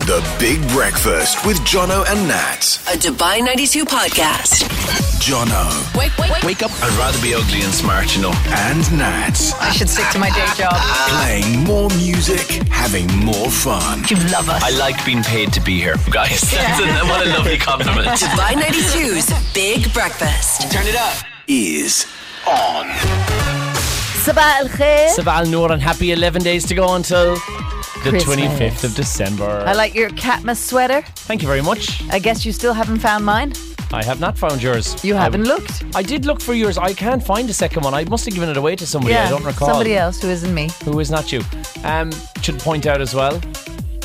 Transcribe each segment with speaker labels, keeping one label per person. Speaker 1: The Big Breakfast with Jono and Nat.
Speaker 2: A Dubai 92 podcast.
Speaker 1: Jono
Speaker 3: Wake, wake, wake.
Speaker 4: Wake up. I'd rather be ugly and smart, you know.
Speaker 1: and Nat.
Speaker 3: I should stick to my day job.
Speaker 1: Playing more music, having more fun.
Speaker 3: You love us.
Speaker 4: I like being paid to be here, guys. That's a, what a lovely compliment.
Speaker 2: Dubai 92's Big Breakfast.
Speaker 1: Is on.
Speaker 5: Sabah al khair.
Speaker 4: Saval Noor and happy 11 days to go until the
Speaker 5: Christmas.
Speaker 4: 25th of December.
Speaker 5: I like your Katma sweater.
Speaker 4: Thank you very much.
Speaker 5: I guess you still haven't found mine.
Speaker 4: I have not found yours.
Speaker 5: You
Speaker 4: I-
Speaker 5: haven't looked.
Speaker 4: I did look for yours. I can't find a second one. I must have given it away to somebody. I don't recall.
Speaker 5: Somebody else who isn't me.
Speaker 4: Who is not you? Um, should point out as well.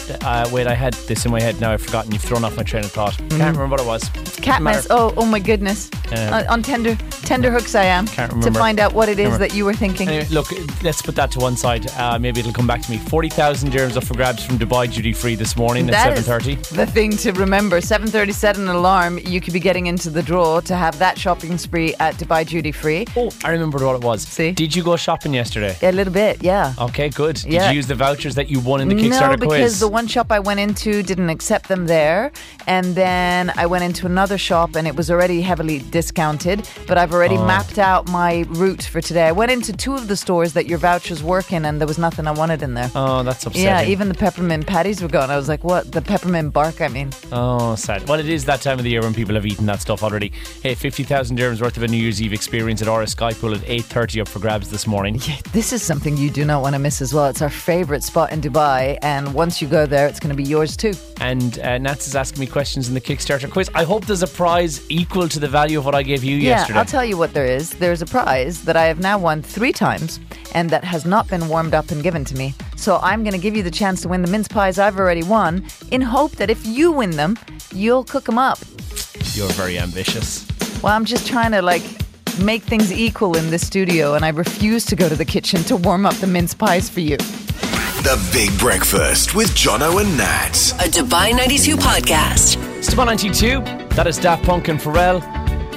Speaker 4: that, Uh, wait, I had this in my head. Now I've forgotten. You've thrown off my train of thought.
Speaker 5: Mm-hmm.
Speaker 4: Can't remember what it was.
Speaker 5: Katma's.
Speaker 4: matter.
Speaker 5: Oh, oh my goodness.
Speaker 4: Yeah.
Speaker 5: on, on tender, tender hooks, I am
Speaker 4: Can't
Speaker 5: to
Speaker 4: remember.
Speaker 5: find out what it is
Speaker 4: Remember.
Speaker 5: that you were thinking.
Speaker 4: Anyway, look, let's put that to one side. Uh, maybe it'll come back to me. Forty thousand dirhams up for grabs from Dubai duty free this morning at
Speaker 5: That
Speaker 4: seven
Speaker 5: is
Speaker 4: thirty.
Speaker 5: the thing to remember. 7.30 set an alarm. You could be getting into the draw to have that shopping spree at Dubai Duty Free.
Speaker 4: Oh, I remembered what it was.
Speaker 5: See?
Speaker 4: did you go shopping yesterday?
Speaker 5: A little bit, yeah.
Speaker 4: Okay, good. Did
Speaker 5: Yeah.
Speaker 4: you use the vouchers that you won in the Kickstarter
Speaker 5: no, because
Speaker 4: quiz?
Speaker 5: the one shop I went into didn't accept them there, and then I went into another shop and it was already heavily discounted. But I've already
Speaker 4: Oh.
Speaker 5: mapped out my route for today. I went into two of the stores that your vouchers work in, and there was nothing I wanted in there.
Speaker 4: oh, that's upsetting.
Speaker 5: yeah, even the peppermint patties were gone. I was like, what? The peppermint bark? I mean,
Speaker 4: oh, sad. Well, it is that time of the year when people have eaten that stuff already. Hey, fifty thousand dirhams worth of a New Year's Eve experience at Aura Sky Pool at eight thirty up for grabs this morning.
Speaker 5: this is something you do not want to miss as well. It's our favorite spot in Dubai, and once you go there, it's going to be yours too.
Speaker 4: And uh, Nats is asking me questions in the Kickstarter quiz. I hope there's a prize equal to the value of what I gave you yesterday.
Speaker 5: Yeah, I'll tell you what there is. There's a prize that I have now won three times and that has not been warmed up and given to me. So I'm going to give you the chance to win the mince pies I've already won in hope that if you win them, you'll cook them up.
Speaker 4: You're very ambitious.
Speaker 5: Well, I'm just trying to like make things equal in this studio and I refuse to go to the kitchen to warm up the mince pies for you.
Speaker 1: The Big Breakfast with Jono and Nat.
Speaker 2: A Dubai 92 podcast.
Speaker 4: Stefan 92, that is Daft Punk and Pharrell.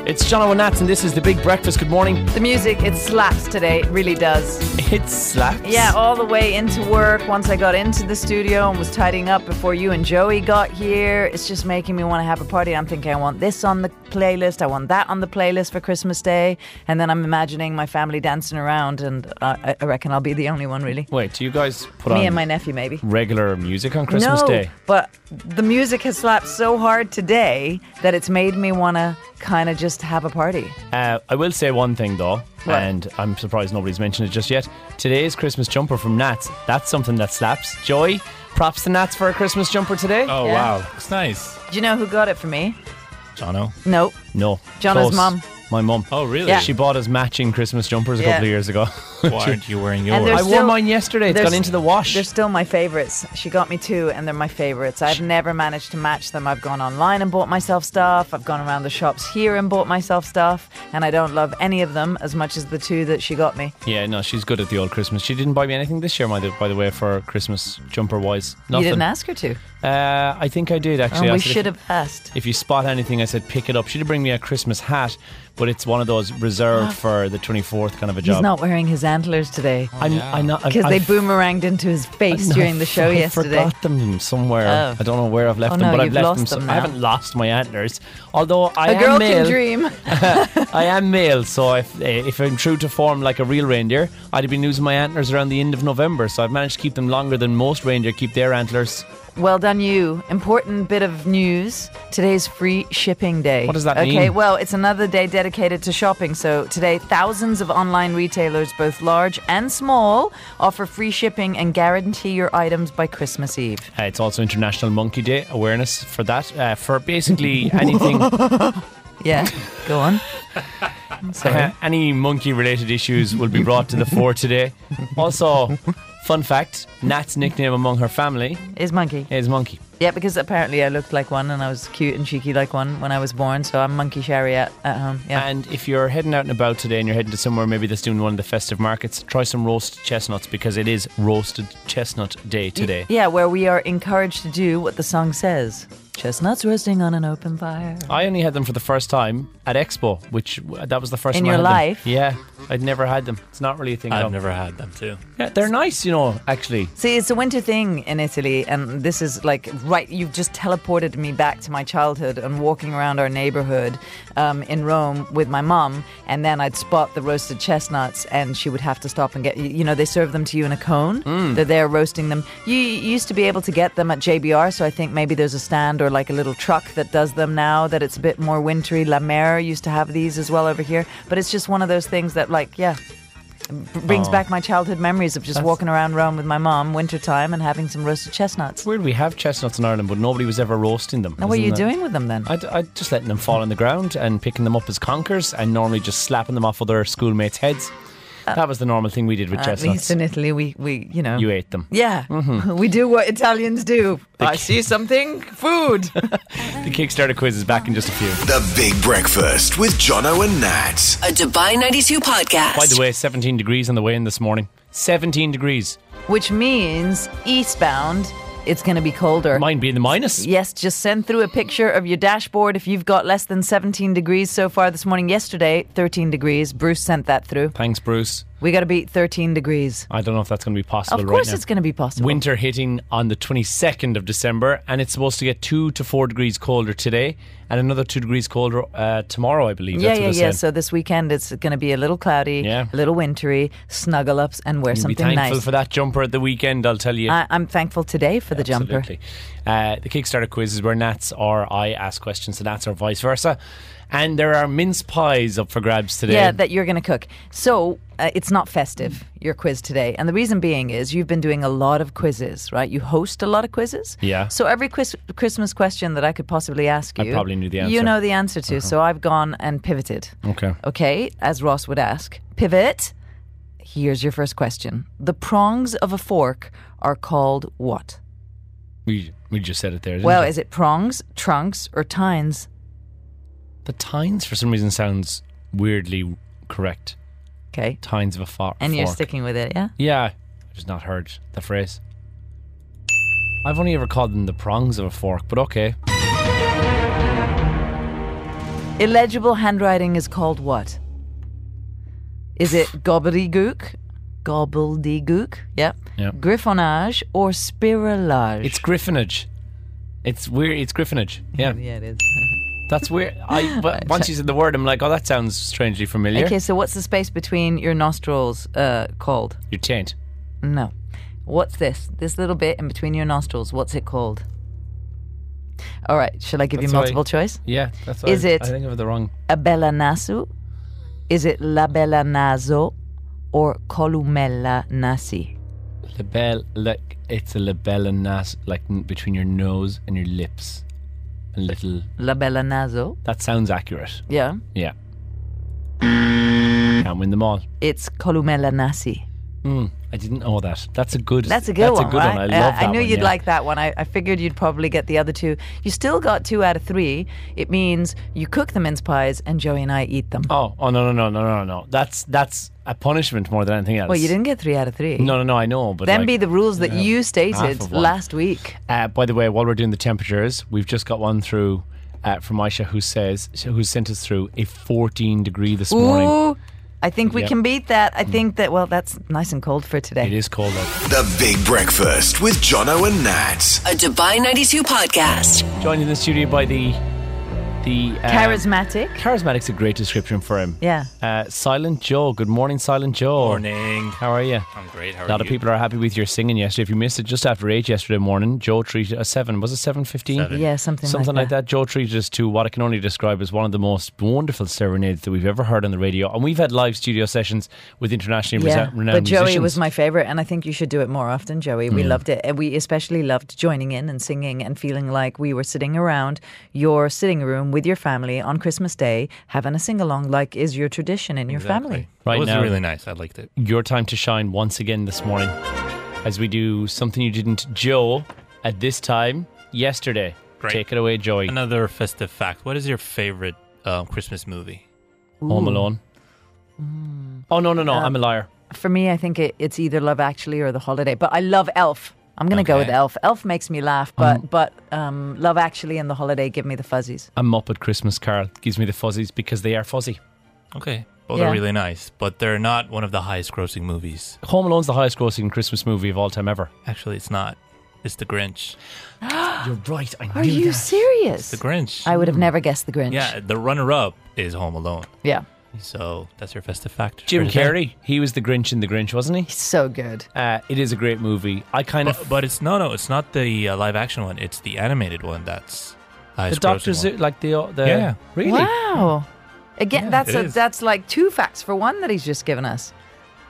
Speaker 4: It's John and Nats, and this is The Big Breakfast. Good morning.
Speaker 5: The music, it slaps today. It really does.
Speaker 4: It slaps.
Speaker 5: Yeah, all the way into work. Once I got into the studio and was tidying up before you and Joey got here, it's just making me want to have a party. I'm thinking, I want this on the playlist, I want that on the playlist for Christmas Day. And then I'm imagining my family dancing around, and I, I reckon I'll be the only one, really.
Speaker 4: Wait, do you guys put on
Speaker 5: Me and my nephew, maybe.
Speaker 4: regular music on Christmas
Speaker 5: no,
Speaker 4: Day?
Speaker 5: but the music has slapped so hard today that it's made me want to kind of just have a party.
Speaker 4: Uh, I will say one thing though,
Speaker 5: What?
Speaker 4: and I'm surprised nobody's mentioned it just yet. Today's Christmas jumper from Nats, that's something that slaps. Joy, props to Nats for a Christmas jumper today.
Speaker 6: Oh
Speaker 5: Yeah.
Speaker 6: wow, it's nice,
Speaker 5: Do you know who got it for me?
Speaker 6: Jono.
Speaker 5: Nope.
Speaker 4: No.
Speaker 5: Jono's
Speaker 4: close.
Speaker 5: mum.
Speaker 4: My mum.
Speaker 6: Oh really?
Speaker 5: Yeah.
Speaker 4: She bought us matching Christmas jumpers a
Speaker 5: Yeah.
Speaker 4: couple of years ago.
Speaker 6: Why aren't you wearing
Speaker 5: And
Speaker 6: yours?
Speaker 4: I
Speaker 5: there's-
Speaker 4: wore
Speaker 5: still-
Speaker 4: mine yesterday. It's
Speaker 5: They're
Speaker 4: gone
Speaker 5: s-
Speaker 4: into the wash.
Speaker 5: They're still my favorites. She got me two, and they're my favorites. I've never managed to match them. I've gone online and bought myself stuff. I've gone around the shops here and bought myself stuff, and I don't love any of them as much as the two that she got me.
Speaker 4: Yeah, no, she's good at the old Christmas. She didn't buy me anything this year, by the, by the way, for Christmas jumper wise. Nothing.
Speaker 5: You didn't ask her to.
Speaker 4: Uh, I think I did actually.
Speaker 5: Oh,
Speaker 4: I
Speaker 5: we
Speaker 4: said if-
Speaker 5: should have asked.
Speaker 4: If you spot anything, I said pick it up. She'd bring me a Christmas hat, but it's one of those reserved for the 24th kind of a job.
Speaker 5: Ah. He's not wearing his antlers today
Speaker 4: I'm, I'm not I-
Speaker 5: because
Speaker 4: I
Speaker 5: they
Speaker 4: f-
Speaker 5: boomeranged into his face
Speaker 4: no,
Speaker 5: during the show
Speaker 4: I
Speaker 5: yesterday.
Speaker 4: forgot them somewhere.
Speaker 5: Oh.
Speaker 4: I don't know where I've left
Speaker 5: Oh,
Speaker 4: them,
Speaker 5: no,
Speaker 4: but I've
Speaker 5: you've
Speaker 4: left
Speaker 5: lost
Speaker 4: them. so-
Speaker 5: them
Speaker 4: I
Speaker 5: now.
Speaker 4: haven't lost my antlers, although I
Speaker 5: A
Speaker 4: am
Speaker 5: girl
Speaker 4: male.
Speaker 5: can dream.
Speaker 4: I am male, so if, eh, if I'm true to form like a real reindeer, I'd have been losing my antlers around the end of November. So I've managed to keep them longer than most reindeer keep their antlers.
Speaker 5: Well done, you. Important bit of news. Today's free shipping day.
Speaker 4: What does that
Speaker 5: okay,
Speaker 4: mean?
Speaker 5: well, it's another day dedicated to shopping. So today, thousands of online retailers, both large and small, offer free shipping and guarantee your items by Christmas Eve.
Speaker 4: Uh, it's also International Monkey Day awareness for that. Uh, for basically anything,
Speaker 5: Yeah, go on.
Speaker 4: uh, any monkey related issues will be brought to the fore today. Also, fun fact Nat's nickname among her family
Speaker 5: Is monkey.
Speaker 4: is Monkey.
Speaker 5: Yeah, because apparently I looked like one and I was cute and cheeky like one when I was born. So I'm monkey chariot at home. Yeah.
Speaker 4: And if you're heading out and about today and you're heading to somewhere maybe that's doing one of the festive markets, try some roasted chestnuts because it is Roasted Chestnut Day today.
Speaker 5: yeah, where we are encouraged to do what the song says. Chestnuts roasting on an open fire.
Speaker 4: I only had them for the first time at Expo, which that was the first
Speaker 5: In
Speaker 4: time I
Speaker 5: your
Speaker 4: had them.
Speaker 5: life?
Speaker 4: Yeah, I'd never had them. It's not really a thing. no.
Speaker 6: I've never had them too.
Speaker 4: Yeah, they're nice, you know. Actually,
Speaker 5: See, it's a winter thing in Italy, and this is like right. You've just teleported me back to my childhood and walking around our neighborhood um, in Rome with my mom, and then I'd spot the roasted chestnuts, and she would have to stop and get. You know, they serve them to you in a cone. They're there roasting them. You used to be able to get them at JBR, so I think maybe there's a stand or like a little truck that does them now. That it's a bit more wintry. La Mer used to have these as well over here, but it's just one of those things that, like, yeah,
Speaker 4: Oh.
Speaker 5: brings back my childhood memories of just walking around Rome with my mom wintertime and having some roasted chestnuts.
Speaker 4: it's weird we have chestnuts in Ireland, but nobody was ever roasting them.
Speaker 5: Now, what are
Speaker 4: Isn't
Speaker 5: you
Speaker 4: that-
Speaker 5: doing with them then?
Speaker 4: I'd, I'd just letting them fall on the ground and picking them up as conkers and normally just slapping them off other schoolmates' heads. that was the normal thing we did with
Speaker 5: At least
Speaker 4: chestnuts.
Speaker 5: in Italy, Uh, we, we you know.
Speaker 4: You Mm-hmm. ate them.
Speaker 5: yeah, we do what Italians do. I see something, food.
Speaker 4: The Kickstarter quiz is back in just a few.
Speaker 1: The Big Breakfast with Jono and Nat.
Speaker 2: A Dubai 92 podcast.
Speaker 4: By the way, 17 degrees on the way in this morning. 17 degrees.
Speaker 5: Which means eastbound, it's going to be colder.
Speaker 4: Mine being the minus.
Speaker 5: Yes, just send through a picture of your dashboard if you've got less than 17 degrees so far this morning. Yesterday, 13 degrees. Bruce sent that through.
Speaker 4: Thanks, Bruce.
Speaker 5: We got to beat 13 degrees.
Speaker 4: I don't know if that's going to be possible
Speaker 5: Of
Speaker 4: right
Speaker 5: course,
Speaker 4: now.
Speaker 5: it's going to be possible.
Speaker 4: Winter hitting on the 22nd of December, and it's supposed to get two to four degrees colder today, and another two degrees colder uh, tomorrow, I believe.
Speaker 5: Yeah,
Speaker 4: That's
Speaker 5: yeah,
Speaker 4: what I
Speaker 5: yeah.
Speaker 4: said.
Speaker 5: So this weekend it's going to be a little cloudy,
Speaker 4: Yeah.
Speaker 5: a little wintry. Snuggle ups and wear
Speaker 4: You'll be
Speaker 5: something
Speaker 4: thankful
Speaker 5: nice.
Speaker 4: for that jumper at the weekend, I'll tell you.
Speaker 5: I, I'm thankful today for the jumper.
Speaker 4: Absolutely. Uh, the Kickstarter quiz is where Nats or I ask questions to Nats or vice versa. And there are mince pies up for grabs today.
Speaker 5: Yeah, that you're going to cook. So uh, it's not festive, your quiz today. And the reason being is you've been doing a lot of quizzes, right? You host a lot of quizzes.
Speaker 4: Yeah.
Speaker 5: So every quiz- Christmas question that I could possibly ask
Speaker 4: I
Speaker 5: you,
Speaker 4: probably knew the
Speaker 5: You
Speaker 4: answer. Uh-huh.
Speaker 5: know the answer to. So I've gone and pivoted.
Speaker 4: Okay.
Speaker 5: Okay, as Ross would ask, pivot. Here's your first question. The prongs of a fork are called what?
Speaker 4: We, we just said it there. didn't
Speaker 5: Well,
Speaker 4: we?
Speaker 5: is it prongs, trunks, or tines?
Speaker 4: the tines for some reason sounds weirdly correct.
Speaker 5: Okay.
Speaker 4: Tines of a fo-
Speaker 5: And you're
Speaker 4: fork.
Speaker 5: sticking with it, yeah?
Speaker 4: Yeah, I've just not heard the phrase. I've only ever called them the prongs of a fork, but okay.
Speaker 5: Illegible handwriting is called what? Is it gobbledygook? Gobbledygook? Yep.
Speaker 4: Yeah.
Speaker 5: Griffonnage or spirillage?
Speaker 4: It's griffinage. It's weird. It's griffinage. Yeah,
Speaker 5: yeah, it is.
Speaker 4: that's weird. I but once you said the word, I'm like, oh, that sounds strangely familiar.
Speaker 5: okay, so what's the space between your nostrils uh, called?
Speaker 4: Your taint.
Speaker 5: No. What's this? This little bit in between your nostrils, what's it called? All right, shall I give
Speaker 4: That's
Speaker 5: you
Speaker 4: why-
Speaker 5: multiple choice?
Speaker 4: Yeah, that's.
Speaker 5: Is
Speaker 4: I,
Speaker 5: it-
Speaker 4: I think of the wrong.
Speaker 5: Abellanasu? Is it Labellanazo or Columella nasi?
Speaker 4: Label, like it's a labella nas, like n- between your nose and your lips. A little.
Speaker 5: Labellanazo?
Speaker 4: That sounds accurate.
Speaker 5: Yeah.
Speaker 4: Yeah. Can't win them all.
Speaker 5: It's Columella nasi.
Speaker 4: Mm, I didn't know that. That's a good.
Speaker 5: That's a good one, right?
Speaker 4: I love
Speaker 5: Uh,
Speaker 4: that
Speaker 5: I knew
Speaker 4: one,
Speaker 5: you'd
Speaker 4: yeah.
Speaker 5: like that one. I, I figured you'd probably get the other two. You still got two out of three. It means you cook the mince pies and Joey and I eat them.
Speaker 4: Oh, oh no, no, no, no, no, no. That's that's a punishment more than anything else.
Speaker 5: Well, you didn't get three out of three.
Speaker 4: No, no, no. I know, but
Speaker 5: Then
Speaker 4: like-
Speaker 5: be the rules that
Speaker 4: Yeah.
Speaker 5: you
Speaker 4: Half
Speaker 5: stated
Speaker 4: of one.
Speaker 5: last week.
Speaker 4: Uh, by the way, while we're doing the temperatures, we've just got one through uh, from Aisha, who says who sent us through a 14 degree this morning.
Speaker 5: Ooh, I think we
Speaker 4: Yeah.
Speaker 5: can beat that. I think that, well, that's nice and cold for today.
Speaker 4: It is cold. Out.
Speaker 1: The Big Breakfast with Jono and Nat.
Speaker 2: A Dubai 92 podcast.
Speaker 4: Joined in the studio by the the uh,
Speaker 5: Charismatic.
Speaker 4: Charismatic's a great description for him.
Speaker 5: Yeah.
Speaker 4: Uh, Silent Joe. Good morning, Silent Joe.
Speaker 6: Morning.
Speaker 4: How are you?
Speaker 6: I'm great. How are
Speaker 4: A lot of
Speaker 6: you?
Speaker 4: people are happy with your singing yesterday. If you missed it, just after eight yesterday morning, Joe treated uh, seven. Was it seven fifteen?
Speaker 6: Seven.
Speaker 5: Yeah, something,
Speaker 4: Something like that. Joe treated us to what I can only describe as one of the most wonderful serenades that we've ever heard on the radio. And we've had live studio sessions with internationally
Speaker 5: Yeah,
Speaker 4: resa-
Speaker 5: but
Speaker 4: renowned
Speaker 5: Joey
Speaker 4: musicians.
Speaker 5: was my favorite, and I think you should do it more often, Joey. We loved it, and we especially loved joining in and singing and feeling like we were sitting around your sitting room with your family on Christmas Day, having a sing along, like is your tradition in your family.
Speaker 4: Right
Speaker 6: it was
Speaker 4: now-
Speaker 6: really nice. I liked it.
Speaker 4: Your time to shine once again this morning as we do something you didn't, Joe, at this time yesterday.
Speaker 6: Great.
Speaker 4: Take it away, Joey.
Speaker 6: Another festive fact. What is your favorite um, Christmas movie?
Speaker 4: Home Alone. Oh, no, no, no. I'm a liar.
Speaker 5: For me, I think it, it's either Love Actually or The Holiday, but I love Elf. I'm gonna go with
Speaker 6: Okay.
Speaker 5: Elf. Elf makes me laugh, but but um, Love Actually and The Holiday give me the fuzzies.
Speaker 4: A Muppet Christmas Carol gives me the fuzzies because they are fuzzy.
Speaker 6: Okay. Both
Speaker 5: Yeah.
Speaker 6: are really nice, but they're not one of the highest grossing movies.
Speaker 4: Home Alone's the highest grossing Christmas movie of all time ever.
Speaker 6: Actually, it's not. It's The Grinch.
Speaker 4: You're right. I
Speaker 5: Are you serious?
Speaker 6: The Grinch.
Speaker 5: I would have never guessed The Grinch.
Speaker 6: yeah, the runner up is Home Alone.
Speaker 5: yeah,
Speaker 6: So that's your festive factor.
Speaker 4: Jim
Speaker 6: for today.
Speaker 4: Carrey, he was the Grinch in The Grinch, wasn't he?
Speaker 5: so good.
Speaker 4: Uh, it is a great movie. I kind
Speaker 6: But,
Speaker 4: of.
Speaker 6: but it's no, no, it's not the uh, live action one. It's the animated one that's
Speaker 4: The
Speaker 6: highest
Speaker 4: Doctor
Speaker 6: grossing. one.
Speaker 4: Zoo, like the. uh, the
Speaker 6: Yeah.
Speaker 4: Really?
Speaker 5: Wow. Again,
Speaker 6: Yeah,
Speaker 5: that's
Speaker 6: it
Speaker 5: a,
Speaker 6: is.
Speaker 5: that's like two facts for one that he's just given us.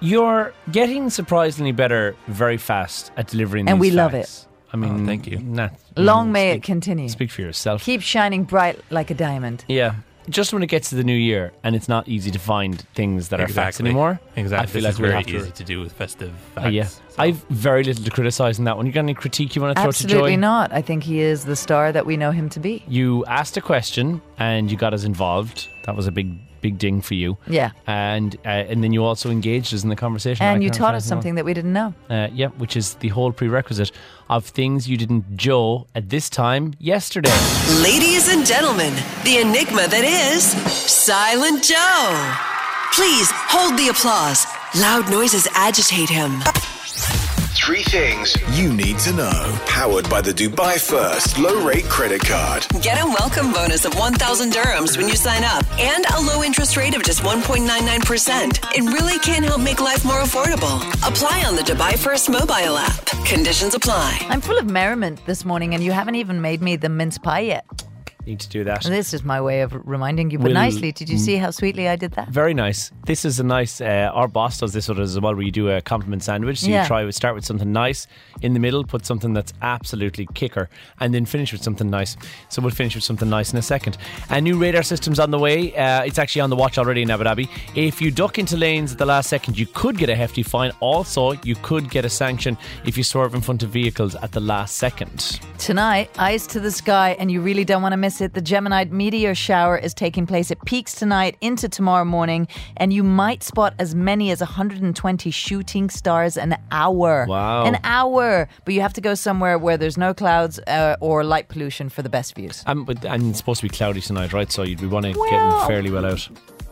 Speaker 4: You're getting surprisingly better very fast at delivering
Speaker 5: And we
Speaker 4: these
Speaker 5: love
Speaker 4: facts. I mean,
Speaker 6: Oh, thank you.
Speaker 4: Nah,
Speaker 5: Long
Speaker 4: mm,
Speaker 5: may
Speaker 4: speak-
Speaker 5: it continue.
Speaker 4: Speak for yourself.
Speaker 5: Keep shining bright like a diamond.
Speaker 4: Yeah. Just when it gets to the new year and it's not easy to find things that are facts
Speaker 6: Exactly.
Speaker 4: anymore.
Speaker 6: Exactly.
Speaker 4: I feel
Speaker 6: this
Speaker 4: like we
Speaker 6: is
Speaker 4: have
Speaker 6: very
Speaker 4: to.
Speaker 6: easy to do with festive
Speaker 4: Uh,
Speaker 6: facts.
Speaker 4: yeah.
Speaker 6: So-
Speaker 4: I've very little to criticize in that one. You got any critique you want to throw to Joy?
Speaker 5: Absolutely not. I think he is the star that we know him to be.
Speaker 4: You asked a question and you got us involved. That was a big, big ding for you.
Speaker 5: Yeah.
Speaker 4: And uh, and then you also engaged us in the conversation.
Speaker 5: And
Speaker 4: I
Speaker 5: you
Speaker 4: can't
Speaker 5: taught
Speaker 4: find
Speaker 5: us
Speaker 4: someone.
Speaker 5: something that we didn't know.
Speaker 4: Uh, yeah, which is the whole prerequisite of things you didn't Joe at this time yesterday.
Speaker 2: Ladies and gentlemen, the enigma that is Silent Joe. Please hold the applause. Loud noises agitate him.
Speaker 1: Three things you need to know. Powered by the Dubai First Low Rate Credit Card.
Speaker 2: Get a welcome bonus of 1,000 dirhams when you sign up and a low interest rate of just 1.99%. It really can help make life more affordable. Apply on the Dubai First mobile app. Conditions apply.
Speaker 5: I'm full of merriment this morning, and you haven't even made me the mince pie yet.
Speaker 4: Need to do that.
Speaker 5: This is my way of reminding you, but
Speaker 4: Will-
Speaker 5: nicely. Did you see how sweetly I did that?
Speaker 4: Very nice. This is a nice. Uh, our boss does this with us as well, where you do a compliment sandwich. So
Speaker 5: Yeah.
Speaker 4: you try with start with something nice in the middle, put something that's absolutely kicker, and then finish with something nice. So we'll finish with something nice in a second. A new radar system's on the way. Uh, it's actually on the watch already in Abu Dhabi. If you duck into lanes at the last second, you could get a hefty fine. Also, you could get a sanction if you swerve in front of vehicles at the last second.
Speaker 5: Tonight, eyes to the sky, and you really don't want to miss it. The Gemini meteor shower is taking place. It peaks tonight into tomorrow morning, and you might spot as many as 120 shooting stars an hour.
Speaker 4: Wow.
Speaker 5: An hour! But you have to go somewhere where there's no clouds uh, or light pollution for the best views.
Speaker 4: Um, but, and it's supposed to be cloudy tonight, right? So you'd be wanting to get
Speaker 5: Well-
Speaker 4: in fairly well out.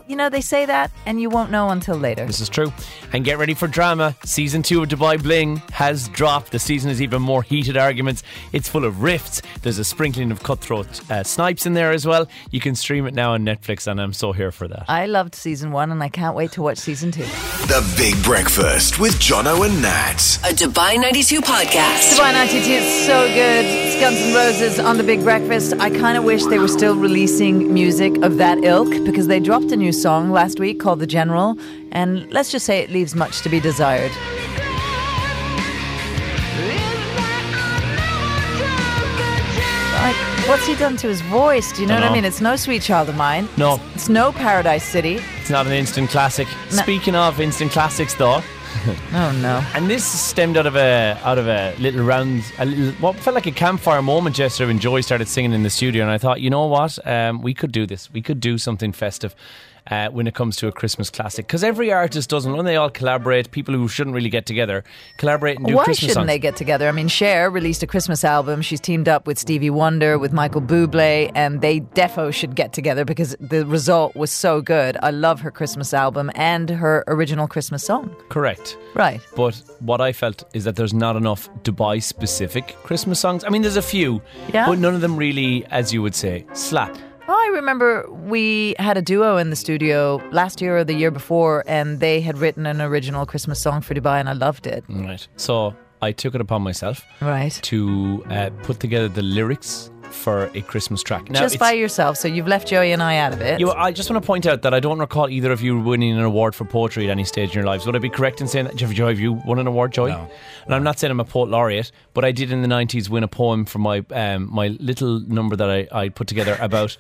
Speaker 5: You know, they say that, and you won't know until later.
Speaker 4: This is true. And get ready for drama. Season two of Dubai Bling has dropped. The season is even more heated arguments. It's full of rifts. There's a sprinkling of cutthroat uh, snipes in there as well. You can stream it now on Netflix, and I'm so here for that.
Speaker 5: I loved season one, and I can't wait to watch season two.
Speaker 1: The Big Breakfast with Jono and Nat.
Speaker 2: A Dubai 92 podcast.
Speaker 5: Divine Attitude is so good. It's Guns N' Roses on The Big Breakfast. I kind of wish they were still releasing music of that ilk because they dropped a new song last week called The General, and let's just say it leaves much to be desired. Like, what's he done to his voice? Do you know what I
Speaker 4: Dunno.
Speaker 5: mean? It's no Sweet Child of Mine.
Speaker 4: No.
Speaker 5: It's no Paradise City.
Speaker 4: It's not an instant classic.
Speaker 5: No.
Speaker 4: Speaking of instant classics, though,
Speaker 5: Oh, no.
Speaker 4: and this stemmed out of a out of a little round, a little what felt like a campfire moment yesterday when Joy started singing in the studio, and I thought, you know what, um, we could do this. We could do something festive. Uh, when it comes to a Christmas classic, because every artist does one, when they all collaborate, people who shouldn't really get together collaborate and do
Speaker 5: Why
Speaker 4: Christmas
Speaker 5: shouldn't
Speaker 4: songs.
Speaker 5: they get together? I mean, Cher released a Christmas album. She's teamed up with Stevie Wonder, with Michael Bublé, and they defo should get together because the result was so good. I love her Christmas album and her original Christmas song.
Speaker 4: Correct.
Speaker 5: Right.
Speaker 4: But what I felt is that there's not enough Dubai specific Christmas songs. I mean, there's a few,
Speaker 5: Yeah.
Speaker 4: but none of them really, as you would say, slap.
Speaker 5: Oh, I remember we had a duo in the studio last year or the year before, and they had written an original Christmas song for Dubai, and I loved it.
Speaker 4: Right. So I took it upon myself
Speaker 5: Right.
Speaker 4: to uh, put together the lyrics for a Christmas track. Now,
Speaker 5: Just
Speaker 4: it's-
Speaker 5: by yourself, so you've left Joey and I out of it.
Speaker 4: you, I just want to point out that I don't recall either of you winning an award for poetry at any stage in your lives. Would I be correct in saying that, Jeff Joy, have you won an award, Joy?
Speaker 6: No.
Speaker 4: And I'm not saying I'm a poet laureate, but I did in the 90s win a poem for my um, my little number that I, I put together about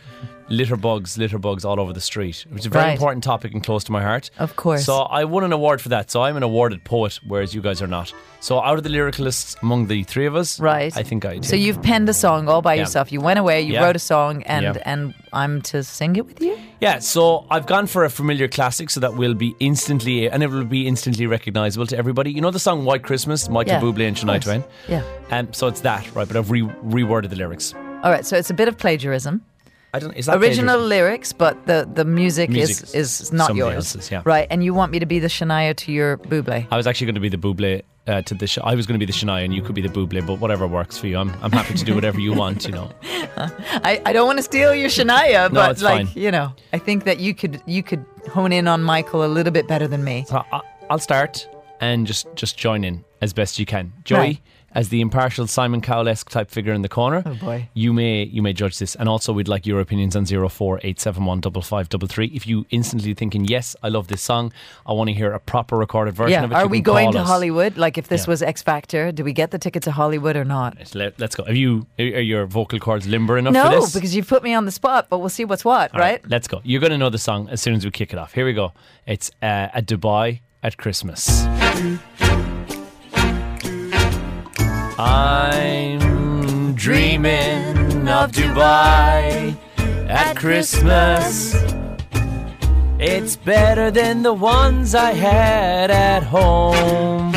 Speaker 4: litter bugs, litter bugs all over the street. It was a very
Speaker 5: Right.
Speaker 4: important topic and close to my heart.
Speaker 5: Of course.
Speaker 4: So I won an award for that. So I'm an awarded poet, whereas you guys are not. So out of the lyricalists among the three of us,
Speaker 5: Right.
Speaker 4: I think I did.
Speaker 5: So you've penned a song all by
Speaker 4: Yeah.
Speaker 5: yourself. You went away, you
Speaker 4: Yeah.
Speaker 5: wrote a song, and
Speaker 4: Yeah.
Speaker 5: and I'm to sing it with you.
Speaker 4: Yeah, so I've gone for a familiar classic so that will be instantly and it will be instantly recognizable to everybody. You know the song White Christmas, Michael
Speaker 5: Yeah,
Speaker 4: Bublé and
Speaker 5: of
Speaker 4: Shania
Speaker 5: course.
Speaker 4: Twain?
Speaker 5: Yeah.
Speaker 4: Um, so it's that, right? But I've re- reworded the lyrics.
Speaker 5: All right, so it's a bit of plagiarism.
Speaker 4: I don't is that
Speaker 5: Original
Speaker 4: plagiarism?
Speaker 5: lyrics, but the, the music,
Speaker 4: Music
Speaker 5: is,
Speaker 4: is
Speaker 5: is not
Speaker 4: somebody
Speaker 5: yours.
Speaker 4: else's, yeah.
Speaker 5: Right, and you want me to be the Shania to your Buble.
Speaker 4: I was actually going to be the Bublé uh, to the Sh- I was going to be the Shania and you could be the Bublé, but whatever works for you. I'm I'm happy to do whatever you want, you know.
Speaker 5: I, I don't want to steal your Shania,
Speaker 4: No,
Speaker 5: but
Speaker 4: it's
Speaker 5: like
Speaker 4: fine.
Speaker 5: you know, I think that you could you could hone in on Michael a little bit better than me.
Speaker 4: So I- I'll start and just just join in as best you can. Joey,
Speaker 5: Right.
Speaker 4: as the impartial Simon Cowell-esque type figure in the corner.
Speaker 5: Oh, boy.
Speaker 4: You may you may judge this, and also we'd like your opinions on zero four eight seven one double five double three. If you instantly thinking yes, I love this song, I want to hear a proper recorded version
Speaker 5: Yeah,
Speaker 4: of it.
Speaker 5: are
Speaker 4: you
Speaker 5: we
Speaker 4: can
Speaker 5: going
Speaker 4: call
Speaker 5: to
Speaker 4: us.
Speaker 5: Hollywood? Like if this
Speaker 4: Yeah.
Speaker 5: was X Factor, do we get the ticket to Hollywood or not?
Speaker 4: Let, us go. Have you are your vocal cords limber enough for
Speaker 5: No,
Speaker 4: this?
Speaker 5: because you put me on the spot, but we'll see what's what,
Speaker 4: All
Speaker 5: right?
Speaker 4: Let's go. You're going to know the song as soon as we kick it off. Here we go. It's uh, a Dubai at Christmas. I'm dreaming of Dubai at Christmas. It's better than the ones I had at home,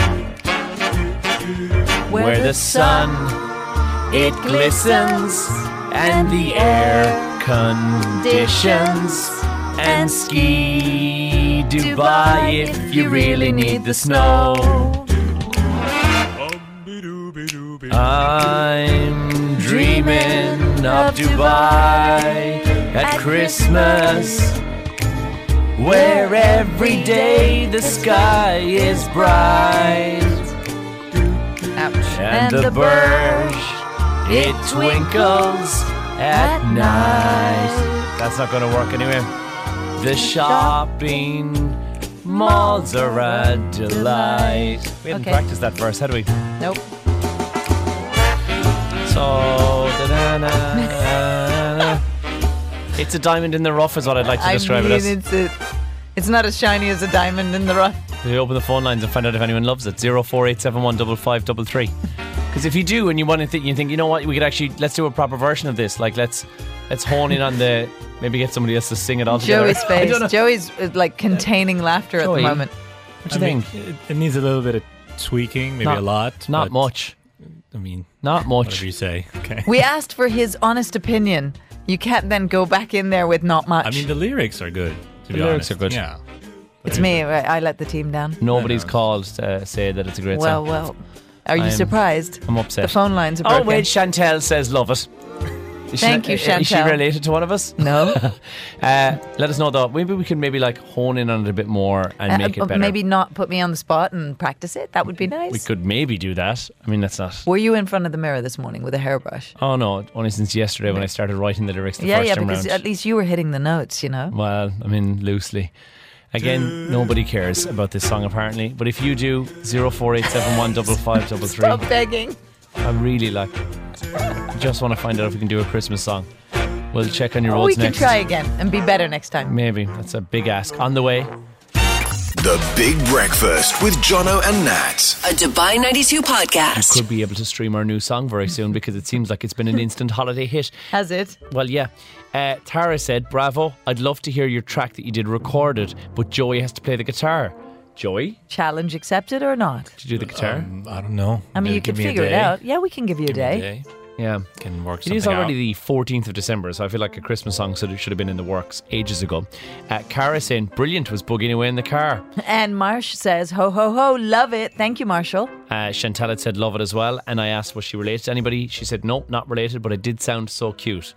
Speaker 4: where the sun it glistens and the air conditions and ski Dubai if you really need the snow. I'm dreaming of Dubai at Christmas where every day the sky is bright
Speaker 5: Ouch.
Speaker 4: and the birch it twinkles at night. That's not going to work anyway. The shopping malls are a delight. We didn't
Speaker 5: Okay.
Speaker 4: practice that verse, had we?
Speaker 5: Nope.
Speaker 4: So da-da-da-da-da. it's a diamond in the rough, is what I'd like to
Speaker 5: I
Speaker 4: describe
Speaker 5: mean,
Speaker 4: it as.
Speaker 5: it's a, it's not as shiny as a diamond in the rough.
Speaker 4: We open the phone lines and find out if anyone loves it. Zero four eight seven one double five double three. Because if you do, and you want to think, you think, you know what, we could actually let's do a proper version of this. Like let's let's hone in on the maybe get somebody else to sing it all together.
Speaker 5: Joey's
Speaker 4: I don't know.
Speaker 5: face. Joey's uh, like containing laughter at
Speaker 4: Joey.
Speaker 5: the moment.
Speaker 4: What
Speaker 6: I
Speaker 4: do you
Speaker 6: mean,
Speaker 4: think?
Speaker 6: it, it needs a little bit of tweaking, maybe
Speaker 4: Not-
Speaker 6: a lot.
Speaker 4: Not
Speaker 6: but,
Speaker 4: much.
Speaker 6: I mean,
Speaker 4: Not
Speaker 6: whatever
Speaker 4: much.
Speaker 6: you say. Okay.
Speaker 5: We asked for his honest opinion. You can't then go back in there with not much.
Speaker 6: I mean, the lyrics are good. To be
Speaker 4: lyrics
Speaker 6: honest.
Speaker 4: are good.
Speaker 6: Yeah.
Speaker 5: it's me. right? I let the team down.
Speaker 4: Nobody's
Speaker 6: I know.
Speaker 4: called to say that it's a great
Speaker 5: Well,
Speaker 4: song.
Speaker 5: well. Are you
Speaker 4: I'm-
Speaker 5: surprised?
Speaker 4: I'm upset.
Speaker 5: The phone lines are
Speaker 4: oh
Speaker 5: broken.
Speaker 4: wait, Chantel says love it. Is she-
Speaker 5: Thank you,
Speaker 4: Is she
Speaker 5: Chantel.
Speaker 4: related to one of us?
Speaker 5: No.
Speaker 4: Uh, let us know though. Maybe we can maybe like hone in on it a bit more and make
Speaker 5: Uh,
Speaker 4: it better.
Speaker 5: Maybe not put me on the spot and practice it. That would be nice.
Speaker 4: we could maybe do that. I mean, that's not.
Speaker 5: Were you in front of the mirror this morning with a hairbrush?
Speaker 4: Oh no! Only since yesterday when I started writing the lyrics the
Speaker 5: yeah,
Speaker 4: first
Speaker 5: yeah,
Speaker 4: time
Speaker 5: because
Speaker 4: round.
Speaker 5: at least you were hitting the notes, you know?
Speaker 4: well, I mean loosely. Again, nobody cares about this song apparently, but if you do, zero four eight seven one double five double three.
Speaker 5: Stop begging.
Speaker 4: I really like. Just want to find out if we can do a Christmas song. We'll check on your
Speaker 5: Oh,
Speaker 4: roads
Speaker 5: we can
Speaker 4: next.
Speaker 5: try again and be better next time.
Speaker 4: Maybe that's a big ask. On the way,
Speaker 1: The Big Breakfast with Jono and Nat.
Speaker 2: A Dubai 92 podcast.
Speaker 4: could be able to stream our new song very soon because it seems like it's been an instant holiday hit.
Speaker 5: Has it?
Speaker 4: Well, yeah. Uh, Tara said, "Bravo! I'd love to hear your track that you did recorded, but Joey has to play the guitar." Joey,
Speaker 5: Challenge accepted or not?
Speaker 4: did you do the guitar?
Speaker 6: Um, I don't know.
Speaker 5: I mean,
Speaker 6: Maybe
Speaker 5: you could
Speaker 6: give me a
Speaker 5: figure it
Speaker 6: day.
Speaker 5: out. Yeah, we can give you a
Speaker 6: Give me
Speaker 5: day.
Speaker 4: yeah.
Speaker 6: Can work
Speaker 4: It
Speaker 6: something
Speaker 4: is already
Speaker 6: out.
Speaker 4: the 14th of December, so I feel like a Christmas song should should have been in the works ages ago. Uh, Cara saying, "Brilliant!" was bugging away in the car.
Speaker 5: And Marsh says, ho, ho, ho, love it. Thank you, Marshall.
Speaker 4: Uh, Chantal had said love it as well, and I asked was she related to anybody. She said no, not related, but it did sound so cute.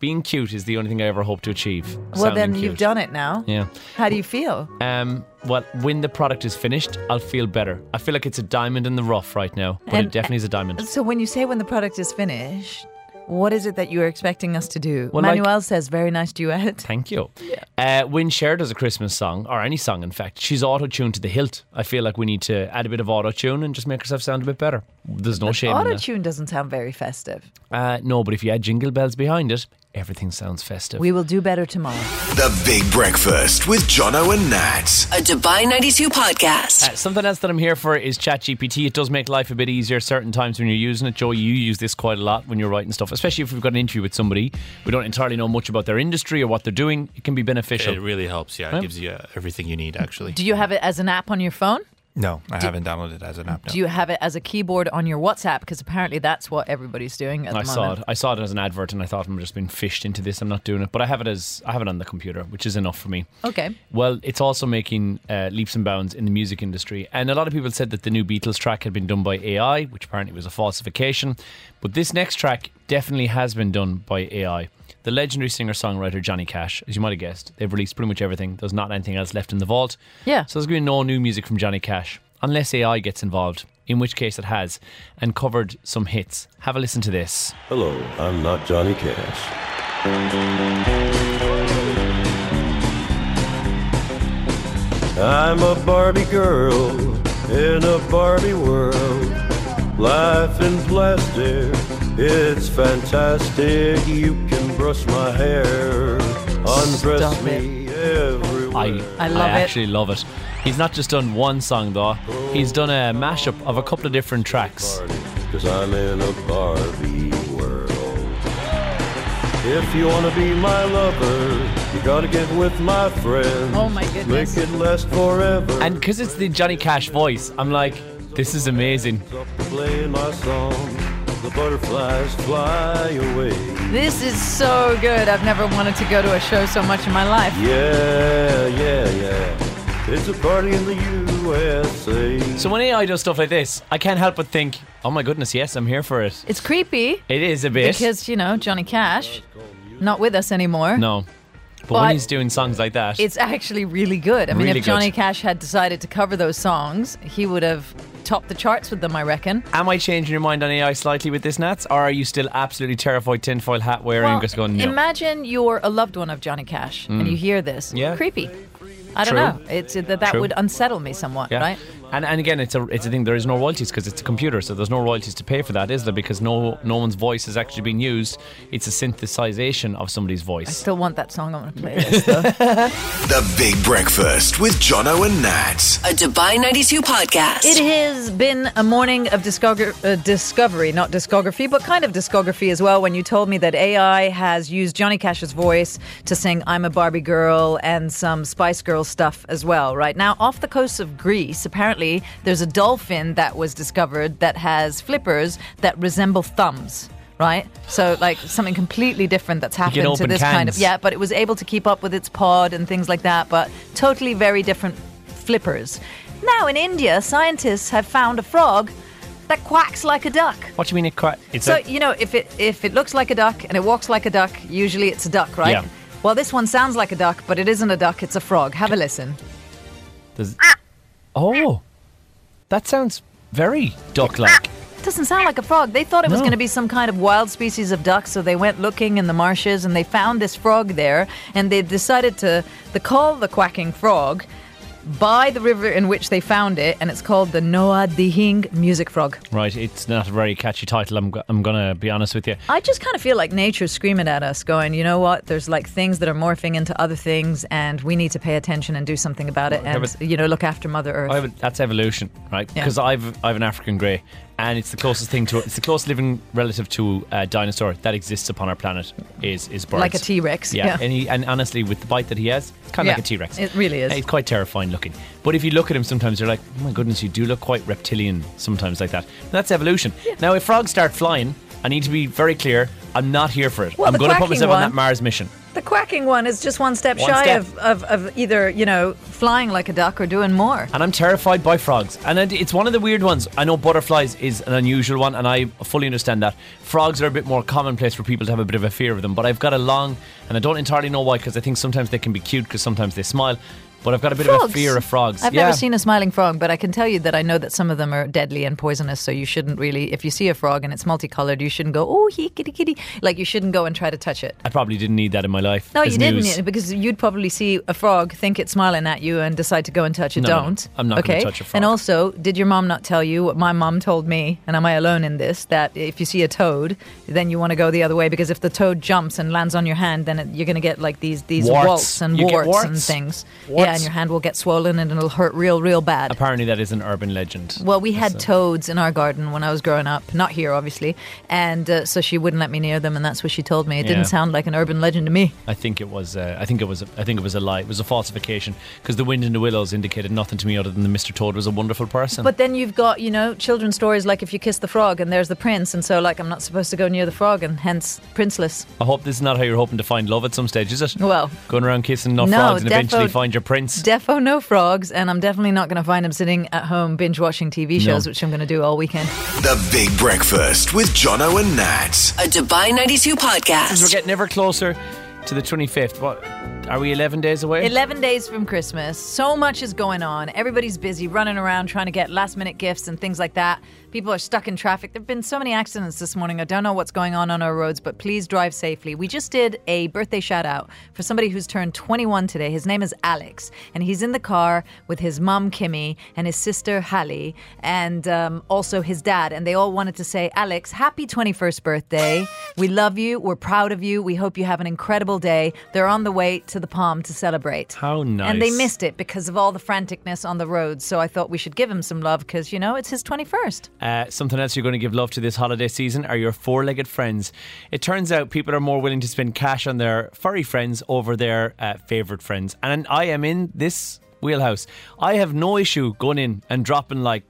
Speaker 4: Being cute is the only thing I ever hope to achieve.
Speaker 5: Well,
Speaker 4: sounding
Speaker 5: then
Speaker 4: cute.
Speaker 5: you've done it now.
Speaker 4: Yeah.
Speaker 5: How do you feel?
Speaker 4: Um, well, when the product is finished, I'll feel better. I feel like it's a diamond in the rough right now, but it
Speaker 5: And-
Speaker 4: definitely is a diamond.
Speaker 5: So, when you say when the product is finished, what is it that you are expecting us to do?
Speaker 4: Well, like-
Speaker 5: Manuel says, very nice duet.
Speaker 4: Thank you. Uh, when Cher does a Christmas song, or any song in fact, she's auto tuned to the hilt. I feel like we need to add a bit of auto tune and just make herself sound a bit better. There's no shame in
Speaker 5: Auto
Speaker 4: that.
Speaker 5: tune doesn't sound very festive.
Speaker 4: Uh, no, but if you add jingle bells behind it, everything sounds festive.
Speaker 5: We will do better tomorrow.
Speaker 1: The Big Breakfast with Jono and Nat.
Speaker 2: A Dubai 92 podcast.
Speaker 4: Uh, something else that I'm here for is ChatGPT. It does make life a bit easier certain times when you're using it. Joe, you use this quite a lot when you're writing stuff, especially if we've got an interview with somebody. We don't entirely know much about their industry or what they're doing. It can be beneficial.
Speaker 6: It really helps. Yeah, it gives you uh, everything you need. Actually,
Speaker 5: Do you have it as an app on your phone?
Speaker 6: no, I haven't downloaded it as an app. No.
Speaker 5: Do you have it as a keyboard on your WhatsApp? Because apparently that's what everybody's doing at
Speaker 4: I
Speaker 5: the
Speaker 4: saw
Speaker 5: moment.
Speaker 4: it. I saw it as an advert, and I thought I'm just being fished into this. I'm not doing it, but I have it as I have it on the computer, which is enough for me.
Speaker 5: Okay.
Speaker 4: Well, it's also making uh, leaps and bounds in the music industry, and a lot of people said that the new Beatles track had been done by AI, which apparently was a falsification. But this next track definitely has been done by AI. The legendary singer-songwriter Johnny Cash, as you might have guessed, they've released pretty much everything. There's not anything else left in the vault.
Speaker 5: Yeah.
Speaker 4: So there's going to be no new music from Johnny Cash unless AI gets involved. In which case it has, and covered some hits. Have a listen to this.
Speaker 3: Hello, I'm not Johnny Cash. I'm a Barbie girl in a Barbie world. Life in plastic, it's fantastic. You can brush my hair, undress
Speaker 5: Stop it.
Speaker 3: me everywhere.
Speaker 4: I
Speaker 5: I love it.
Speaker 4: actually love it. He's not just done one song though. He's done a mashup of a couple of different tracks.
Speaker 3: Cause I'm in a Barbie world. If you wanna be my lover, you gotta get with my friends.
Speaker 5: Oh my goodness.
Speaker 3: Make it last forever.
Speaker 4: And because it's the Johnny Cash voice, I'm like, this is amazing.
Speaker 3: Up playing my song, the butterflies fly away.
Speaker 5: This is so good. I've never wanted to go to a show so much in my life.
Speaker 3: Yeah, yeah, yeah. It's a party in the USA.
Speaker 4: So when AI does stuff like this, I can't help but think, oh my goodness, yes, I'm here for it.
Speaker 5: It's creepy
Speaker 4: It is a bit.
Speaker 5: because, you know, Johnny Cash, not with us anymore.
Speaker 4: no. But,
Speaker 5: But
Speaker 4: when he's doing songs like that,
Speaker 5: It's actually really good. I mean,
Speaker 4: Really
Speaker 5: if Johnny
Speaker 4: good.
Speaker 5: Cash had decided to cover those songs, he would have topped the charts with them, I reckon.
Speaker 4: am I changing your mind on AI slightly with this, Nats? Or are you still absolutely terrified tinfoil hat wearing and just going, no?
Speaker 5: imagine you're a loved one of Johnny Cash and you hear this.
Speaker 4: Mm. Yeah.
Speaker 5: Creepy. I don't
Speaker 4: True.
Speaker 5: know. It's that that
Speaker 4: True.
Speaker 5: would unsettle me somewhat,
Speaker 4: Yeah.
Speaker 5: right?
Speaker 4: And and again, it's a it's a thing. There is no royalties because it's a computer, so there's no royalties to pay for that, is there? Because no no one's voice has actually been used. It's a synthesization of somebody's voice.
Speaker 5: Still want that song. I'm gonna play this though.
Speaker 1: The Big Breakfast with Jono and Nat.
Speaker 2: A Dubai 92 podcast.
Speaker 5: It has been a morning of discogra- uh, discovery, not discography, but kind of discography as well. When you told me that AI has used Johnny Cash's voice to sing "I'm a Barbie Girl" and some Spice Girl stuff as well. Right now, off the coast of Greece, apparently there's a dolphin that was discovered that has flippers that resemble thumbs. Right, so like something completely different that's happened to
Speaker 4: open
Speaker 5: this kind of
Speaker 4: cans.
Speaker 5: yeah, but it was able to keep up with its pod and things like that, but totally very different flippers. Now in India, scientists have found a frog that quacks like a duck.
Speaker 4: What do you mean it? Cra- it's
Speaker 5: So,
Speaker 4: a,
Speaker 5: you know, if it if it looks like a duck and it walks like a duck, usually it's a duck, right?
Speaker 4: Yeah.
Speaker 5: Well, this one sounds like a duck, but it isn't a duck, it's a frog. Have a listen.
Speaker 4: there's- oh, that sounds very duck-like.
Speaker 5: It doesn't sound like a frog. They thought it was
Speaker 4: No.
Speaker 5: going to be some kind of wild species of duck, so they went looking in the marshes and they found this frog there, and they decided to the call the quacking frog by the river in which they found it, and it's called the Noa Dihing music frog.
Speaker 4: Right, it's not a very catchy title. I'm go- I'm gonna be honest with you.
Speaker 5: I just kind of feel like nature's screaming at us, going, you know what? There's like things that are morphing into other things, and we need to pay attention and do something about it, and
Speaker 4: but-
Speaker 5: you know, look after Mother Earth.
Speaker 4: I have a, that's evolution, right?
Speaker 5: Yeah.
Speaker 4: Because I've I've an African grey, and it's the closest thing to it's the closest living relative to a uh, dinosaur that exists upon our planet is is birds,
Speaker 5: Like a T-Rex,
Speaker 4: Yeah,
Speaker 5: yeah.
Speaker 4: And, he, and honestly, with the bite that he has, it's kind of like
Speaker 5: Yeah,
Speaker 4: a T Rex.
Speaker 5: it really is.
Speaker 4: He's quite terrifying looking. But if you look at him, sometimes you're like, oh my goodness, you do look quite reptilian sometimes like that. And that's evolution. Now, if frogs start flying, I need to be very clear. I'm not here for it.
Speaker 5: Well,
Speaker 4: I'm
Speaker 5: the
Speaker 4: going to put
Speaker 5: quacking
Speaker 4: myself on
Speaker 5: one-
Speaker 4: that Mars mission.
Speaker 5: The quacking one is just one step
Speaker 4: One
Speaker 5: shy
Speaker 4: step.
Speaker 5: Of, of, of either, you know, flying like a duck or doing more.
Speaker 4: and I'm terrified by frogs. And it- it's one of the weird ones. I know butterflies is an unusual one, and I fully understand that. Frogs are a bit more commonplace for people to have a bit of a fear of them. But I've got a long, and I don't entirely know why, because I think sometimes they can be cute, because sometimes they smile. But I've got a bit of a
Speaker 5: Frogs.
Speaker 4: fear of frogs.
Speaker 5: I've
Speaker 4: yeah.
Speaker 5: never seen a smiling frog, but I can tell you that I know that some of them are deadly and poisonous. So you shouldn't really, if you see a frog and it's multicolored, you shouldn't go, oh, he kitty kitty. Like you shouldn't go and try to touch it.
Speaker 4: I probably didn't need that in my life.
Speaker 5: No,
Speaker 4: as
Speaker 5: you didn't,
Speaker 4: news.
Speaker 5: yeah, because you'd probably see a frog, think it's smiling at you, and decide to go and touch it.
Speaker 4: No, no,
Speaker 5: Don't.
Speaker 4: I'm not gonna
Speaker 5: okay?
Speaker 4: touch a frog.
Speaker 5: And also, did your mom not tell you what my mom told me? And am I alone in this? That if you see a toad, then you want to go the other way because if the toad jumps and lands on your hand, then it, you're going to get like these these
Speaker 4: Warts.
Speaker 5: welts and
Speaker 4: You get
Speaker 5: warts, and
Speaker 4: warts?
Speaker 5: things. Yeah,
Speaker 4: Warts?
Speaker 5: and your hand will get swollen and it'll hurt real, real bad.
Speaker 4: Apparently, that is an urban legend.
Speaker 5: Well, we had
Speaker 4: That's a-
Speaker 5: toads in our garden when I was growing up. Not here, obviously. And uh, so she wouldn't let me near them, and that's what she told me. It
Speaker 4: Yeah.
Speaker 5: didn't sound like an urban legend to me.
Speaker 4: I think it was. Uh, I think it was. I think it was a lie. It was a falsification because the wind in the willows indicated nothing to me other than that Mr. Toad was a wonderful person.
Speaker 5: But then you've got, you know, children's stories like if you kiss the frog and there's the prince, and so, like, I'm not supposed to go near the frog, and hence, princeless.
Speaker 4: I hope this is not how you're hoping to find love at some stage, is it?
Speaker 5: Well,
Speaker 4: going around kissing no,
Speaker 5: no,
Speaker 4: frogs and
Speaker 5: defo-
Speaker 4: eventually find your prince.
Speaker 5: Defo no frogs, and I'm definitely not going to find him sitting at home binge watching TV shows,
Speaker 4: No.
Speaker 5: which I'm going to do all weekend.
Speaker 1: The Big Breakfast with Jono and Nat.
Speaker 2: A Dubai 92
Speaker 4: We're
Speaker 2: podcast.
Speaker 4: getting ever closer to the 25th. What are we? 11 days away.
Speaker 5: 11 days from Christmas. So much is going on. Everybody's busy running around trying to get last minute gifts and things like that. People are stuck in traffic. There have been so many accidents this morning. I don't know what's going on on our roads, but please drive safely. We just did a birthday shout out for somebody who's turned 21 today. His name is Alex, and he's in the car with his mom, Kimmy, and his sister, Hallie, and um, also his dad. And they all wanted to say, Alex, happy 21st birthday. We love you. We're proud of you. We hope you have an incredible day. They're on the way to the Palm to celebrate.
Speaker 4: How nice.
Speaker 5: And they missed it because of all the franticness on the road. So I thought we should give him some love because, you know, it's his 21st.
Speaker 4: Uh, something else you're going to give love to this holiday season are your four legged friends. It turns out people are more willing to spend cash on their furry friends over their uh, favourite friends. And I am in this wheelhouse. I have no issue going in and dropping like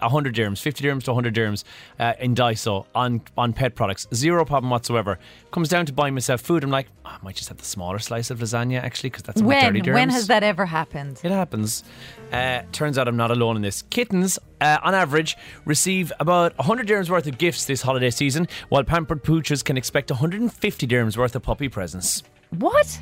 Speaker 4: 100 dirhams, 50 dirhams to 100 dirhams uh, in Daiso on, on pet products. Zero problem whatsoever. Comes down to buying myself food. I'm like, "Oh, I might just have the smaller slice of lasagna actually because that's only 30
Speaker 5: When?
Speaker 4: dirhams.
Speaker 5: When has that ever happened?
Speaker 4: It happens. Uh, turns out I'm not alone in this. Kittens, uh, on average, receive about 100 dirhams worth of gifts this holiday season, while pampered pooches can expect 150 dirhams worth of puppy presents.
Speaker 5: What?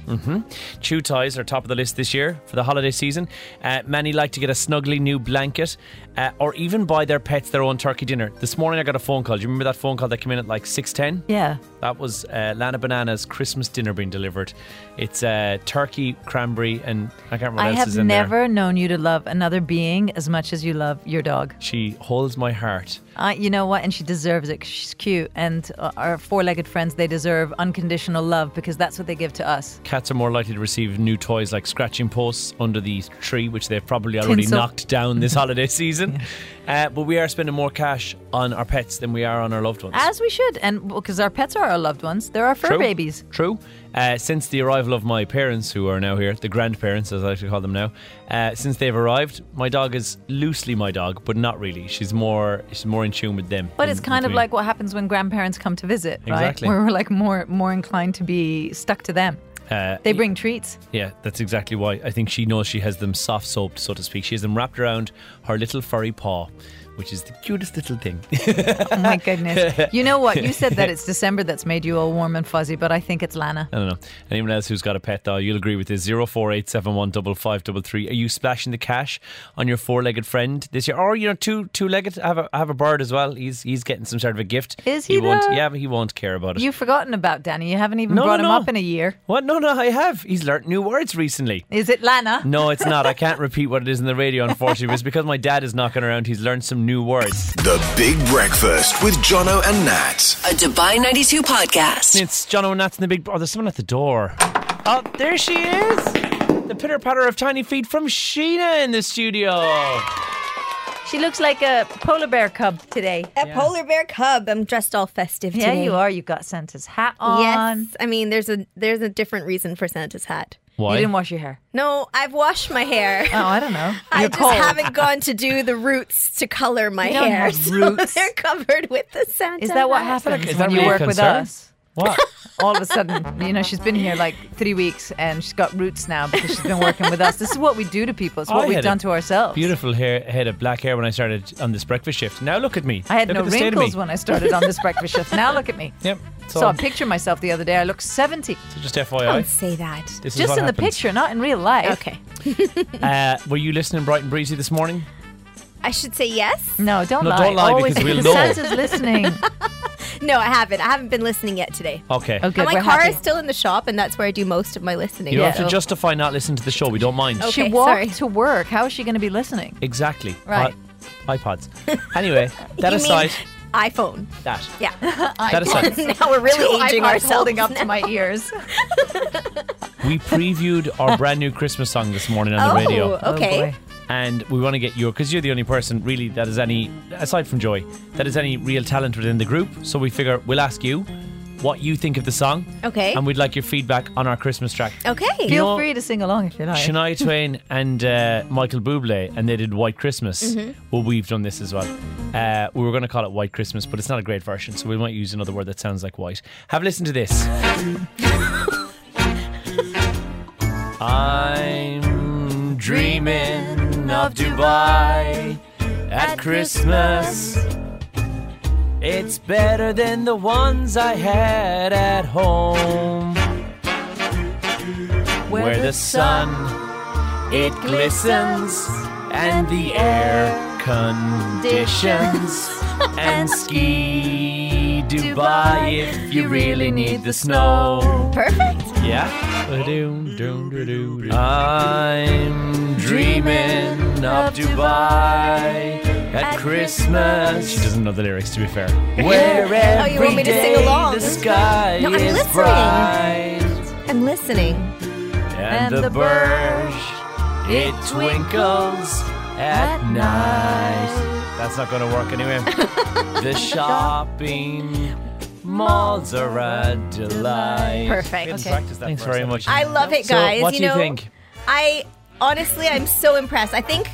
Speaker 4: Chew ties are top of the list this year for the holiday season. Uh, many like to get a snuggly new blanket uh, or even buy their pets their own turkey dinner. This morning I got a phone call. Do you remember that phone call that came in at like 6.10?
Speaker 5: Yeah.
Speaker 4: That was uh, Lana Banana's Christmas dinner being delivered. It's uh, turkey, cranberry, and I can't remember what
Speaker 5: I
Speaker 4: else
Speaker 5: have
Speaker 4: is in there.
Speaker 5: never known you to love another being as much as you love your dog.
Speaker 4: She holds my heart.
Speaker 5: Uh, you know what? And she deserves it 'cause she's cute. And uh, our four legged friends, they deserve unconditional love because that's what they give to us.
Speaker 4: Cats are more likely to receive new toys like scratching posts under the tree, which they've probably already
Speaker 5: Tinsel.
Speaker 4: knocked down this holiday season. Uh, but we are spending more cash on our pets than we are on our loved ones.
Speaker 5: As we should. And because our pets are our loved ones, they're our fur
Speaker 4: True.
Speaker 5: babies.
Speaker 4: True. Uh, since the arrival of my parents, who are now here, the grandparents, as I like to call them now, uh, since they've arrived, my dog is loosely my dog, but not really. She's more she's more in tune with them.
Speaker 5: But
Speaker 4: than
Speaker 5: it's kind
Speaker 4: with
Speaker 5: of
Speaker 4: me.
Speaker 5: like what happens when grandparents come to visit, right?
Speaker 4: Mm, Exactly.
Speaker 5: Where we're like more more inclined to be stuck to them.
Speaker 4: Uh,
Speaker 5: They bring treats.
Speaker 4: Yeah, that's exactly why. I think she knows she has them soft soaped, so to speak. She has them wrapped around her little furry paw, which is the cutest little thing.
Speaker 5: Oh my goodness. You know what? You said that it's December that's made you all warm and fuzzy, but I think it's Lana.
Speaker 4: I don't know. Anyone else who's got a pet, though, you'll agree with this. 048715533. Are you splashing the cash on your four legged friend this year? Or, you know, two two legged? I have a, I have a bird as well. He's he's getting some sort of a gift.
Speaker 5: Is
Speaker 4: He
Speaker 5: he,
Speaker 4: won't,
Speaker 5: though?
Speaker 4: yeah, but he won't care about it.
Speaker 5: You've forgotten about Danny. You haven't even
Speaker 4: No,
Speaker 5: brought
Speaker 4: no,
Speaker 5: him
Speaker 4: no.
Speaker 5: up in a year.
Speaker 4: what? No, no, I have. He's learnt new words recently.
Speaker 5: Is it Lana?
Speaker 4: No, it's not. I can't repeat what it is in the radio, unfortunately. But it's because my dad is knocking around. He's learned some new words.
Speaker 1: The Big Breakfast with Jono and Nat.
Speaker 2: A Dubai 92 podcast.
Speaker 4: It's John O'Nats in the big. Oh, there's someone at the door. Oh, there she is. The pitter patter of tiny feet from Sheena in the studio.
Speaker 5: She looks like a polar bear cub today.
Speaker 7: A polar bear cub. I'm dressed all festive
Speaker 5: Yeah,
Speaker 7: today.
Speaker 5: you are. You've got Santa's hat on.
Speaker 7: Yes. I mean, there's a there's a different reason for Santa's hat.
Speaker 4: Why?
Speaker 5: You didn't wash your hair.
Speaker 7: No, I've washed my hair.
Speaker 5: Oh, I don't know.
Speaker 7: I
Speaker 5: You're
Speaker 7: just
Speaker 5: cold.
Speaker 7: haven't gone to do the roots to color my
Speaker 5: You don't
Speaker 7: hair.
Speaker 5: have roots.
Speaker 7: So they're covered with the Santa.
Speaker 5: Is that what
Speaker 7: hat.
Speaker 5: happens
Speaker 4: is that
Speaker 5: when you
Speaker 4: really a
Speaker 5: work with
Speaker 4: concern?
Speaker 5: us?
Speaker 4: What?
Speaker 5: all of a sudden, you know, she's been here like three weeks and she's got roots now because she's been working with us. This is what we do to people. It's what
Speaker 4: Oh, I
Speaker 5: we've
Speaker 4: had a
Speaker 5: done to ourselves.
Speaker 4: Beautiful hair, head of black hair when I started on this breakfast shift. Now look at me.
Speaker 5: I had
Speaker 4: look
Speaker 5: no
Speaker 4: at the state of me.
Speaker 5: wrinkles when I started on this breakfast shift. Now look at me.
Speaker 4: Yep. So,
Speaker 5: Saw a picture of myself the other day. I look 70.
Speaker 4: so just FYI,
Speaker 7: Don't say that.
Speaker 4: this is
Speaker 5: Just
Speaker 4: what
Speaker 5: in the
Speaker 4: happens.
Speaker 5: picture, not in real life.
Speaker 7: Okay.
Speaker 4: Uh, were you listening bright and breezy this morning?
Speaker 7: I should say yes.
Speaker 5: No, don't
Speaker 4: No,
Speaker 5: lie.
Speaker 4: don't lie
Speaker 5: Always
Speaker 4: because we'll know.
Speaker 5: Santa's listening.
Speaker 7: No, I haven't. I haven't been listening yet today.
Speaker 4: Okay.
Speaker 5: Okay. Oh, Good,
Speaker 7: and
Speaker 5: we're
Speaker 7: my car
Speaker 5: happy.
Speaker 7: is still in the shop, and that's where I do most of my listening.
Speaker 4: You don't have
Speaker 5: Yeah.
Speaker 4: to justify not listening to the show. We don't mind.
Speaker 7: Okay.
Speaker 5: she walked
Speaker 7: sorry.
Speaker 5: to work. How is she going to be listening?
Speaker 4: Exactly.
Speaker 5: Right.
Speaker 4: I- iPods. Anyway, that
Speaker 7: You
Speaker 4: aside,
Speaker 7: mean iPhone.
Speaker 4: that.
Speaker 7: Yeah.
Speaker 4: That aside,
Speaker 7: now we're really aging
Speaker 5: iPods
Speaker 7: ourselves.
Speaker 5: holding up
Speaker 7: now.
Speaker 5: to my ears.
Speaker 4: we previewed our brand new Christmas song this morning on the radio.
Speaker 7: Oh, okay.
Speaker 5: boy.
Speaker 4: and we want to get your because you're the only person really that is any aside from Joy that is any real talent within the group. So we figure we'll ask you what you think of the song.
Speaker 7: Okay.
Speaker 4: And we'd like your feedback on our Christmas track.
Speaker 7: okay.
Speaker 4: You
Speaker 5: Feel
Speaker 4: know-
Speaker 5: free to sing along if you like.
Speaker 4: Shania Twain and uh, Michael Bublé, and they did White Christmas. Well, we've done this as well. Uh, we were going to call it White Christmas, but it's not a great version, so we might use another word that sounds like white. Have a listen to this. I'm dreaming of Dubai at Christmas. It's better than the ones I had at home where the sun it glistens and the air conditions and ski Dubai if you really need the snow.
Speaker 7: Perfect.
Speaker 4: Yeah. I'm dreaming of Dubai at Christmas. She doesn't know the lyrics, to be fair. Where
Speaker 7: Oh, you want me to sing
Speaker 4: every day
Speaker 7: along?
Speaker 4: the sky
Speaker 7: No, I'm
Speaker 4: is
Speaker 7: listening.
Speaker 4: bright.
Speaker 7: I'm listening.
Speaker 4: And the bird, it twinkles at night. That's not going to work anyway. the shopping malls are a delight.
Speaker 7: Perfect. Okay.
Speaker 4: Thanks very much.
Speaker 7: I love it,
Speaker 4: So,
Speaker 7: guys.
Speaker 4: what
Speaker 7: you
Speaker 4: do you
Speaker 7: know,
Speaker 4: think?
Speaker 7: I honestly, I'm so impressed. I think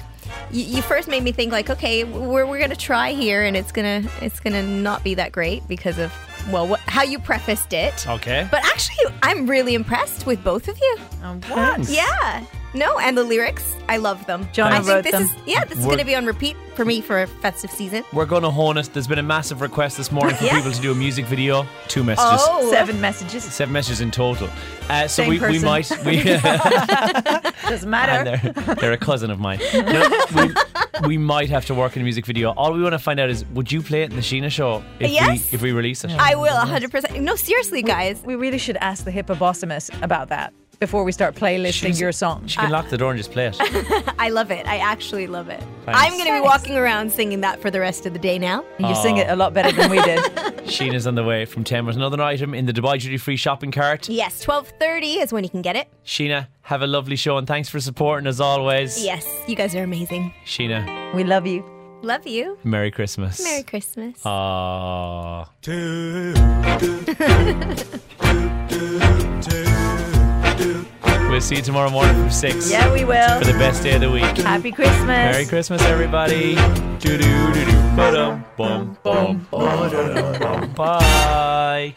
Speaker 7: you, you first made me think like, okay, we're, we're gonna try here, and it's gonna it's gonna not be that great because of well what, how you prefaced it.
Speaker 4: Okay.
Speaker 7: But actually, I'm really impressed with both of you.
Speaker 4: Thanks.
Speaker 7: Yeah. No, and the lyrics, I love them.
Speaker 5: Jonah
Speaker 7: I think
Speaker 5: wrote
Speaker 7: this
Speaker 5: them.
Speaker 7: is yeah, this is
Speaker 4: We're-
Speaker 7: going to be on repeat for me for festive season.
Speaker 4: We're going to hone us. There's been a massive request this morning for
Speaker 7: Yeah.
Speaker 4: people to do a music video. Two messages.
Speaker 7: Oh,
Speaker 5: Seven messages.
Speaker 4: Seven messages in total. Uh, so
Speaker 5: Same
Speaker 4: we, we
Speaker 5: person.
Speaker 4: might. We,
Speaker 5: Doesn't
Speaker 4: and
Speaker 5: matter.
Speaker 4: they're, they're a cousin of mine. No, we, we might have to work in a music video. All we want to find out is would you play it in the Sheena show if,
Speaker 7: Yes.
Speaker 4: we, if we release it?
Speaker 7: I will 100%. No, seriously, guys.
Speaker 5: We really should ask the hippopotamus about that before we start playlisting
Speaker 4: She's-
Speaker 5: your song.
Speaker 4: She can lock the door and just play it.
Speaker 7: I love it. I actually love it.
Speaker 4: Thanks.
Speaker 7: I'm going to be walking around singing that for the rest of the day now.
Speaker 5: You sing it a lot better than we did.
Speaker 4: Sheena's on the way from 10. There's another item in the Dubai Duty Free shopping cart.
Speaker 7: Yes, 12:30 is when you can get it.
Speaker 4: Sheena, have a lovely show and thanks for supporting as always.
Speaker 7: Yes, you guys are amazing.
Speaker 4: Sheena,
Speaker 5: we love you.
Speaker 7: Love you.
Speaker 4: Merry Christmas.
Speaker 7: Merry Christmas.
Speaker 4: Aw. We'll see you tomorrow morning from 6
Speaker 5: Yeah, we will.
Speaker 4: for the best day of the week.
Speaker 5: Happy Christmas.
Speaker 4: Merry Christmas, everybody. Doo-doo-doo-doo. Ba-dum, bum, bum, ba-dum, bum. Bye.